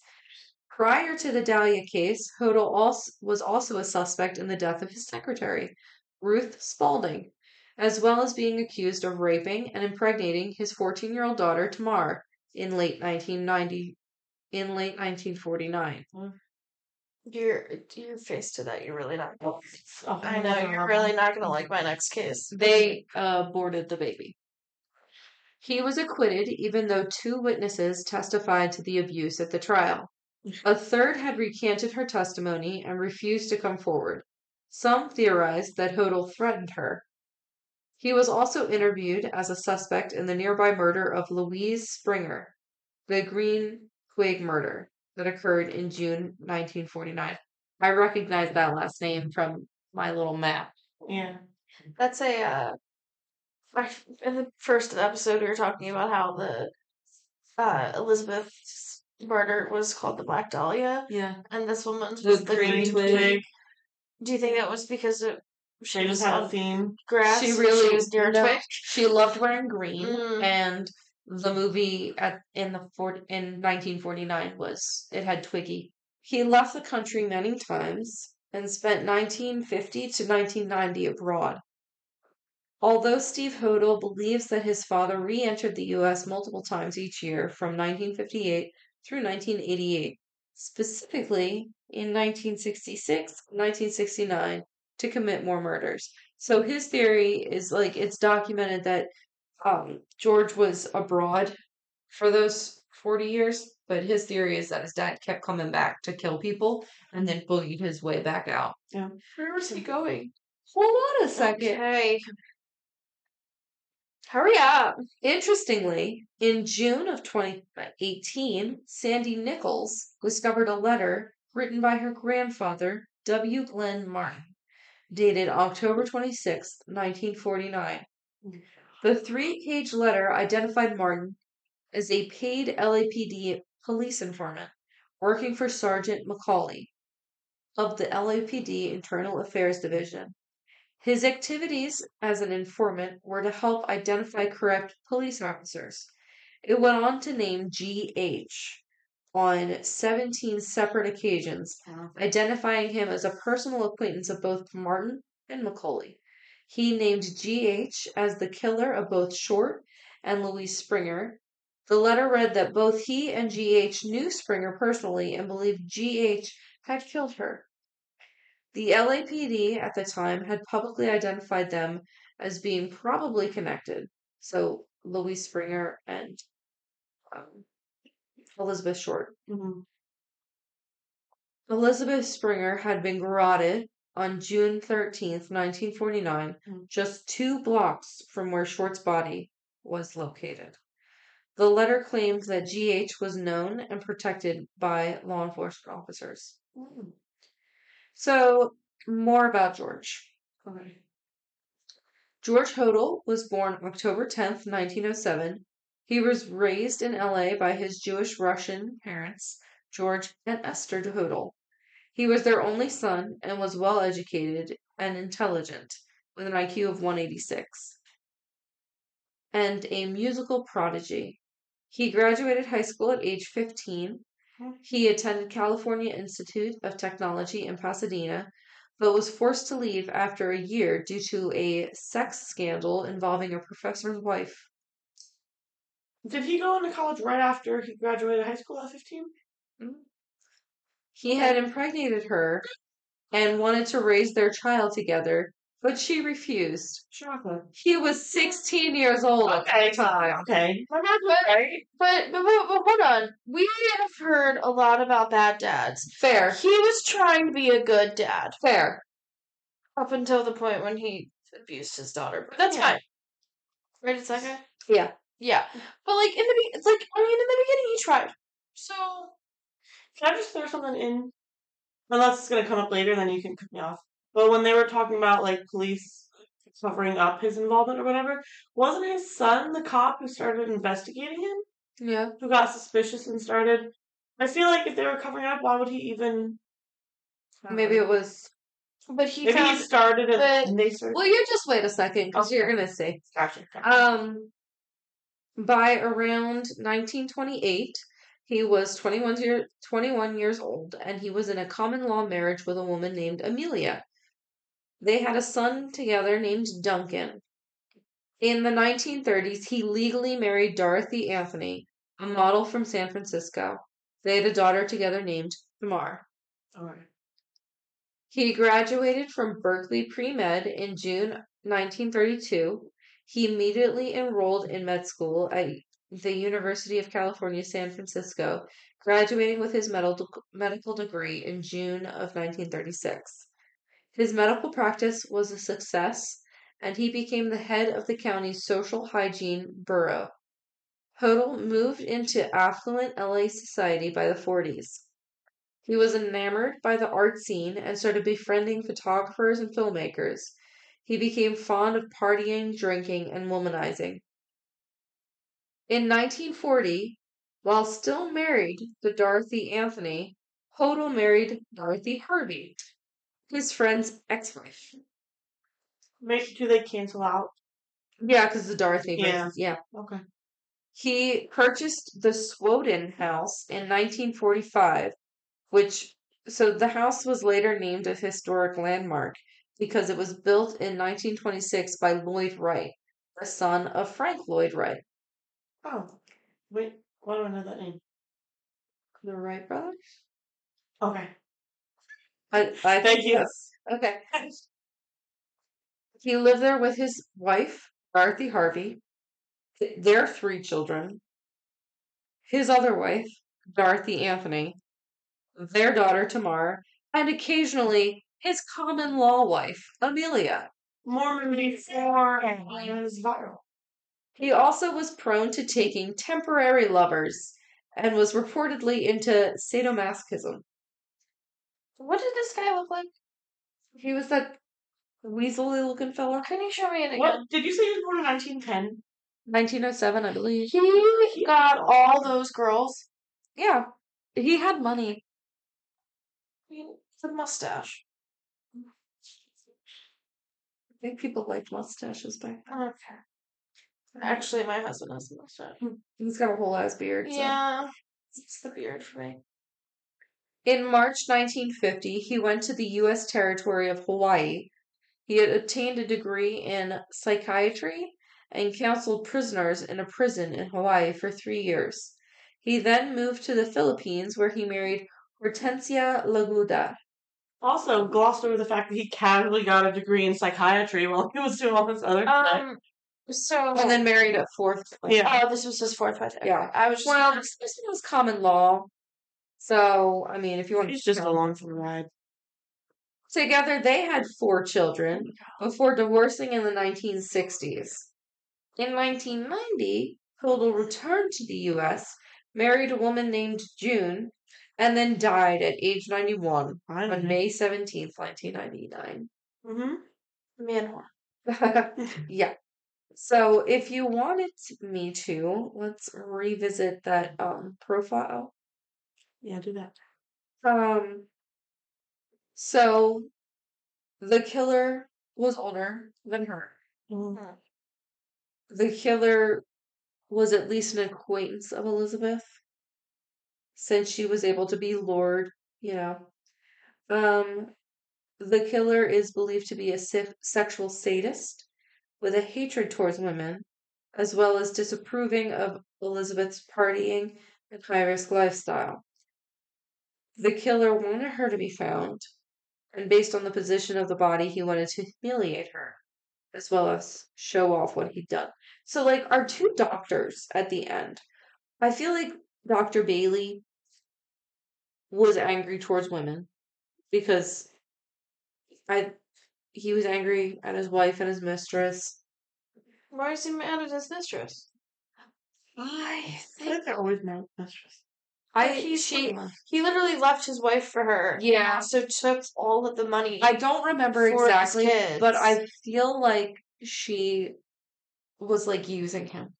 S5: Prior to the Dahlia case, Hodel also, was also a suspect in the death of his secretary, Ruth Spalding, as well as being accused of raping and impregnating his 14 year old daughter, Tamar, in late 1990, in late 1949.
S4: Your your face to that, you're really not.
S5: Oh,
S4: I know you're really not gonna like my next case.
S5: They uh, aborted the baby. He was acquitted, even though two witnesses testified to the abuse at the trial. A third had recanted her testimony and refused to come forward. Some theorized that Hodel threatened her. He was also interviewed as a suspect in the nearby murder of Louise Springer, the Green Quig murder that occurred in June 1949. I recognize that last name from my little map.
S3: Yeah.
S4: That's a. Uh, I- in the first episode, we were talking about how the uh, Elizabeth's murder was called the Black Dahlia,
S5: Yeah.
S4: and this woman's
S5: The
S4: was the
S5: Green
S4: Green
S5: Twig.
S4: Twig. Do you think that was because it, she
S3: They
S4: was
S3: just had a
S4: on
S3: theme.
S4: grass?
S5: She
S4: and
S5: really
S4: she was near a
S5: no.
S4: twig.
S5: She loved wearing green,
S4: Mm.
S5: and the movie at in the fort in 1949 was it had Twiggy. He left the country many times and spent 1950 to 1990 abroad. Although Steve Hodel believes that his father re-entered the U.S. multiple times each year from 1958 through 1988, specifically in 1966, 1969, to commit more murders. So his theory is like it's documented that um, George was abroad for those 40 years, but his theory is that his dad kept coming back to kill people and then bullied his way back out.
S4: Where was he going?
S5: Hold on a second.
S4: Okay. Hurry up.
S5: Interestingly, in June of 2018, Sandy Nichols discovered a letter written by her grandfather, W. Glenn Martin, dated October 26, 1949. The three page letter identified Martin as a paid LAPD police informant working for Sergeant McCauley of the LAPD Internal Affairs Division. His activities as an informant were to help identify corrupt police officers. It went on to name G.H. on 17 separate occasions, identifying him as a personal acquaintance of both Martin and McCauley. He named G.H. as the killer of both Short and Louise Springer. The letter read that both he and G.H. knew Springer personally and believed G.H. had killed her. The LAPD at the time had publicly identified them as being probably connected. So Louise Springer and um, Elizabeth Short.
S3: Mm-hmm.
S5: Elizabeth Springer had been garroted on June 13th, 1949,
S3: Mm.
S5: just two blocks from where Short's body was located. The letter claimed that GH was known and protected by law enforcement officers. So, more about George. George Hodel was born October 10th, 1907. He was raised in LA by his Jewish Russian parents, George and Esther Hodel. He was their only son and was well educated and intelligent, with an IQ of 186, and a musical prodigy. He graduated high school at age 15. He attended California Institute of Technology in Pasadena, but was forced to leave after a year due to a sex scandal involving a professor's wife.
S3: Did he go into college right after he graduated high school at 15?
S5: He had impregnated her and wanted to raise their child together, but she refused.
S3: Chocolate.
S5: He was 16 years old at
S3: Okay.
S5: the time.
S3: Okay.
S4: My dad went.
S3: Right?
S4: But, but, but, but hold on. We have heard a lot about bad dads.
S5: Fair,
S4: He was trying to be a good dad
S5: fair.
S4: up until the point when he abused his daughter. But that's
S5: Yeah.
S4: fine. Right, it's okay.
S5: Yeah.
S4: Yeah, but like in the be- it's like I mean in the beginning he tried. So
S3: Can I just throw something in? Unless it's going to come up later, then you can cut me off. But when they were talking about, like, police covering up his involvement or whatever, wasn't his son the cop who started investigating him?
S5: Yeah.
S3: Who got suspicious and started I feel like if they were covering up, why would he even? Uh,
S5: Maybe it was.
S4: But he
S3: Maybe he
S4: found
S3: started it.
S4: but-
S3: and They started.
S5: Well, you just wait a second because
S3: Okay.
S5: you're gonna see.
S3: Gotcha. gotcha.
S4: Uh,
S5: Um, by around 1928, he was 21 year 21 years old, and he was in a common law marriage with a woman named Amelia. They had a son together named Duncan. In the 1930s, he legally married Dorothy Anthony, a model from San Francisco. They had a daughter together named Tamar.
S3: All right.
S5: He graduated from Berkeley Pre Med in June 1932. He immediately enrolled in med school at the University of California, San Francisco, graduating with his medical, medical degree in June of 1936. His medical practice was a success, and he became the head of the county's social hygiene bureau. Hodel moved into affluent LA society by the 40s. He was enamored by the art scene and started befriending photographers and filmmakers. He became fond of partying, drinking, and womanizing. In 1940, while still married to Dorothy Anthony, Hodel married Dorothy Harvey, his friend's ex wife.
S3: Make sure they cancel out.
S5: Yeah, because the Dorothy.
S3: Yeah.
S5: Yeah. yeah.
S3: Okay.
S5: He purchased the Swoden House in 1945, which so the house was later named a historic landmark because it was built in 1926 by Lloyd Wright, the son of Frank Lloyd Wright.
S3: Oh, wait. Why do I know that name?
S5: The Wright brothers?
S3: Okay.
S5: I, I
S3: Thank you.
S5: yes. Okay. He lived there with his wife, Dorothy Harvey, th- their three children, his other wife, Dorothy Anthony, their daughter, Tamar, and occasionally his common law wife, Amelia.
S3: Mormon before it was viral.
S5: He also was prone to taking temporary lovers and was reportedly into sadomasochism.
S4: what did this guy look like?
S5: He was that weaselly looking fella.
S4: Can you show me it
S3: What
S4: again?
S3: did you say? He was born in 1910.
S5: 1907, I believe.
S4: He got all those girls.
S5: Yeah. He had money.
S4: I mean, the mustache.
S5: I think people liked mustaches back then.
S4: Okay. Actually, my husband has a mustache.
S5: He's got a whole ass beard. so.
S4: Yeah, Um, it's the beard for me.
S5: In March 1950, he went to the U.S. territory of Hawaii. He had obtained a degree in psychiatry and counseled prisoners in a prison in Hawaii for three years. He then moved to the Philippines where he married Hortensia Laguda.
S3: Also, glossed over the fact that he casually got a degree in psychiatry while he was doing all this other stuff.
S4: Um, so
S5: And then married a fourth.
S3: Yeah.
S4: oh, this was his fourth wife. Okay.
S5: Yeah.
S4: I was just
S5: Well, this person was common law. So, I mean, if you want
S3: He's just along for the ride.
S5: Together, they had four children before divorcing in the 1960s. In 1990, Hilda returned to the U.S., married a woman named June, and then died at age 91 on
S3: Finally.
S5: May 17th, 1999.
S3: Mm-hmm.
S4: man whore.
S5: yeah. So, if you wanted me to, let's revisit that um, profile.
S3: Yeah, do that.
S5: Um, so the killer was older than her.
S3: Mhm.
S5: The killer was at least an acquaintance of Elizabeth, since she was able to be lured, you know. Um, the killer is believed to be a se- sexual sadist with a hatred towards women, as well as disapproving of Elizabeth's partying and high risk lifestyle. The killer wanted her to be found, and based on the position of the body, he wanted to humiliate her, as well as show off what he'd done. So, like, our two doctors at the end, I feel like Dr. Bailey was angry towards women because I he was angry at his wife and his mistress.
S4: Why is he mad at his mistress?
S5: I
S3: I think they're always my mistress.
S5: I
S4: But he's
S5: she
S4: like- He literally left his wife for her.
S5: Yeah.
S4: So took all of the money.
S5: I don't remember
S4: For his
S5: exactly,
S4: kids.
S5: but I feel like she was like using him.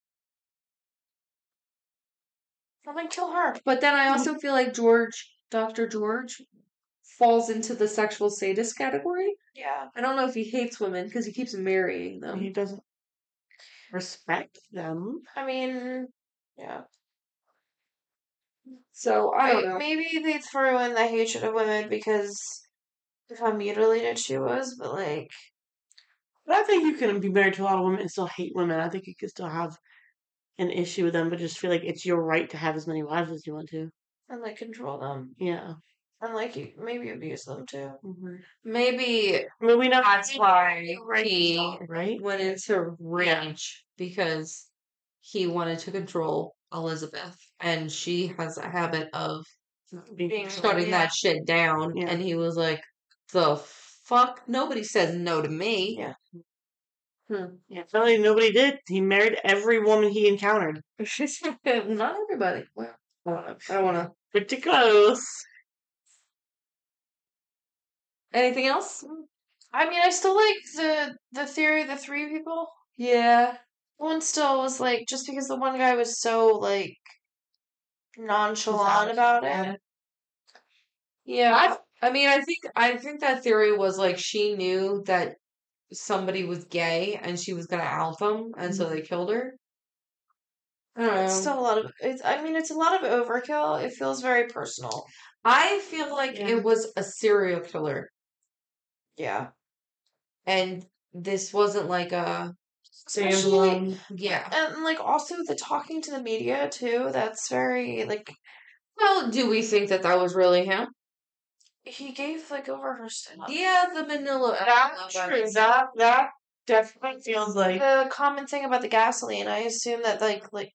S4: I'm like, kill her.
S6: But then I
S4: Mm-hmm.
S6: also feel like George, Dr. George, falls into the sexual sadist category.
S4: Yeah.
S6: I don't know if he hates women because he keeps marrying
S3: He
S5: Um,
S6: them.
S3: doesn't respect them.
S4: I mean, yeah.
S6: So I don't
S4: Right,
S6: know.
S4: Maybe they throw in the hatred of women because of how mutilated she was, but like,
S3: But I think you can be married to a lot of women and still hate women. I think you can still have an issue with them, but just feel like it's your right to have as many wives as you want to.
S4: and like control them,
S3: Yeah.
S4: and like you- maybe abuse them too.
S3: Mhm.
S5: Maybe
S3: I mean, we know
S5: that's why he
S3: right?
S5: went into rage because he wanted to control Elizabeth, and she has a habit of
S4: Being
S5: shutting
S4: yeah.
S5: that shit down.
S3: Yeah.
S5: And he was like, "The fuck! Nobody says no to me."
S4: Yeah.
S3: Yeah, finally, nobody did. He married every woman he encountered.
S6: Not everybody. Well, I don't know. I don't want to.
S3: Pretty close.
S6: Anything else?
S4: I mean, I still like the the theory of the three people.
S6: Yeah.
S4: One still was like just because the one guy was so like nonchalant
S3: Without-
S4: about it.
S6: Yeah.
S5: I, I mean, I think I think that theory was like she knew that somebody was gay and she was gonna out them, and so they killed her.
S6: I, don't know.
S4: It's still a lot of. It's, I mean, it's a lot of overkill. It feels very personal.
S5: I feel like
S3: Yeah.
S5: it was a serial killer,
S4: Yeah.
S5: and this wasn't like a
S6: um,
S4: Especially,
S5: yeah.
S4: and like also the talking to the media too. That's very like
S5: Well, do we think that that was really him?
S4: he gave like over her stuff.
S5: Yeah, the Manila.
S3: That's true. That, that definitely feels like.
S4: The common thing about the gasoline, I assume that like like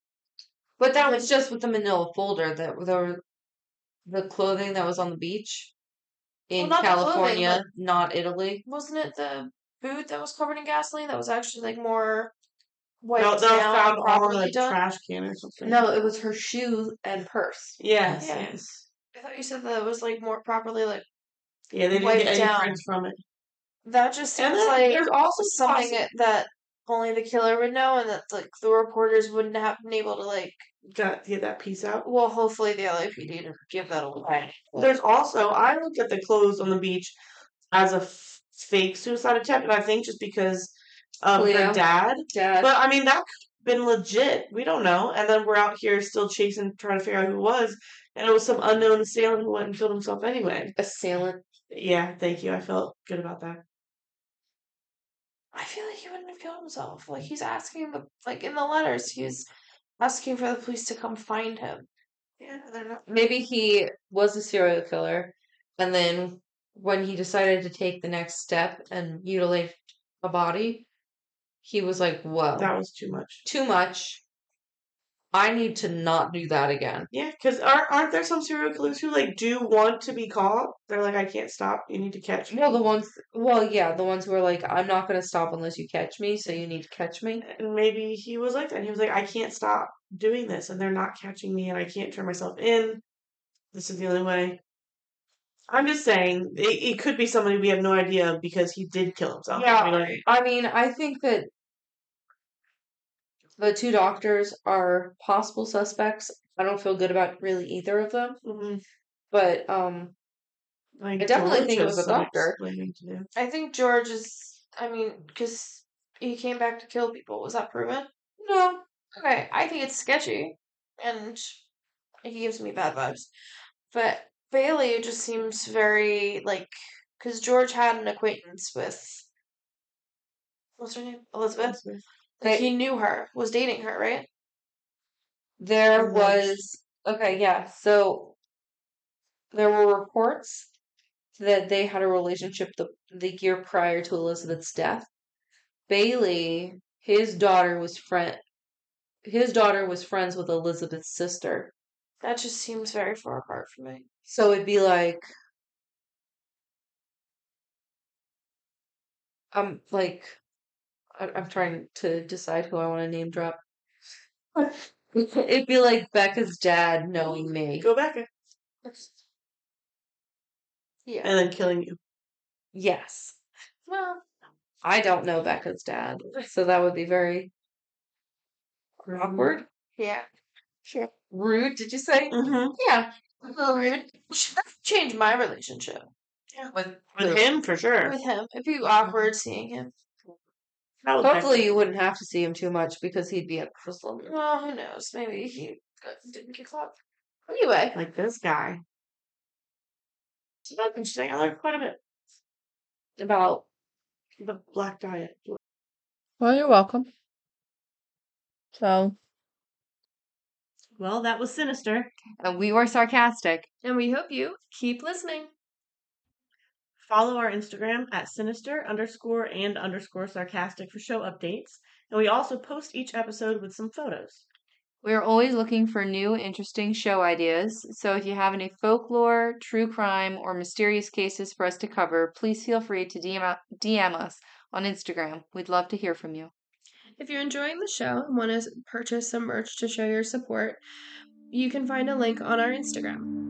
S5: But that was just with the Manila folder that the the clothing that was on the beach in
S4: Well, not the clothing,
S5: California, not Italy.
S4: wasn't it the boot that was covered in gasoline that was actually like more white
S3: No, that was
S4: down,
S3: found all in
S4: properly
S3: a
S4: done?
S3: trash can or something.
S6: No, it was her shoes and purse.
S3: Yes,
S4: Yeah.
S3: yes.
S4: I thought you said that it was like more properly like
S3: Yeah, they didn't
S4: Wiped
S3: get any
S4: down.
S3: prints from it.
S4: that. Just
S3: And
S4: seems
S3: then
S4: like
S3: there's also
S4: something
S3: possi-
S4: that only the killer would know, and that like the reporters wouldn't have been able to like.
S3: Got to get that piece out.
S4: Well, hopefully the LAPD didn't give that away.
S3: There's also I looked at the clothes on the beach as a f- fake suicide attempt, and I think just because of
S6: Oh, yeah.
S3: her dad.
S6: Dad.
S3: But I mean, that could have been legit. We don't know. And then we're out here still chasing, trying to figure out who it was, and it was some unknown assailant who went and killed himself anyway.
S6: assailant.
S3: Yeah, thank you. I felt good about that.
S4: I feel like he wouldn't have killed himself. Like he's asking the like in the letters, he's asking for the police to come find him.
S3: Yeah, they're not.
S5: Maybe he was a serial killer, and then when he decided to take the next step and mutilate a body, he was like, "Whoa,
S3: That was too much.
S5: too much. I need to not do that again."
S3: Yeah, because aren't, aren't there some serial killers who like do want to be caught? They're like, I can't stop. You need to catch me.
S5: Well, the ones, well, yeah, the ones who are like, "I'm not going to stop unless you catch me," so you need to catch me.
S3: and maybe he was like that. And he was like, I can't stop doing this, and they're not catching me, and I can't turn myself in. This is the only way. I'm just saying it, it could be somebody we have no idea because he did kill himself. I mean, like,
S5: I mean, I think that the two doctors are possible suspects. I don't feel good about really either of them,
S3: mhm,
S5: but um,
S3: like,
S5: I definitely
S3: George
S5: think it
S3: has
S5: was a
S3: some
S5: doctor.
S3: explaining to do.
S4: I think George is. I mean, because he came back to kill people. Was that proven?
S5: no,
S4: Okay, I think it's sketchy, and he gives me bad vibes. But Bailey just seems very like because George had an acquaintance with what's her name, Elizabeth. Like, he knew her, was dating her, right?
S5: there
S3: Or
S5: was okay, yeah. So there were reports that they had a relationship the the year prior to Elizabeth's death. Bailey, his daughter was friend. His daughter was friends with Elizabeth's sister.
S4: That just seems very far apart for me.
S5: So it'd be like, I'm like, I- I'm trying to decide who I want to name drop. it'd be like Becca's dad knowing me.
S3: Go back and
S4: Yeah.
S3: then killing you.
S5: Yes,
S4: Well,
S5: I don't know Becca's dad, so that would be very awkward.
S4: yeah. Sure.
S7: Rude, did you say?
S3: Mm-hmm.
S7: Yeah. A little rude.
S4: Change my relationship
S7: With,
S3: With him, for sure.
S4: with him. It'd be awkward seeing him.
S3: That would
S8: Hopefully, you wouldn't have to see him too much because he'd be up for so long.
S4: Well, who knows? Maybe he got- didn't get caught. Anyway,
S3: like this guy. So that's interesting. I learned quite a bit
S8: About
S3: the black diet.
S9: Well, you're welcome. So,
S3: Well, that was sinister.
S5: And we were sarcastic.
S4: and we hope you keep listening.
S3: Follow our Instagram at sinister underscore and underscore sarcastic for show updates. And we also post each episode with some photos.
S5: We're always looking for new, interesting show ideas. So if you have any folklore, true crime, or mysterious cases for us to cover, please feel free to DM, out- DM us on Instagram. We'd love to hear from you.
S4: If you're enjoying the show and want to purchase some merch to show your support, you can find a link on our Instagram.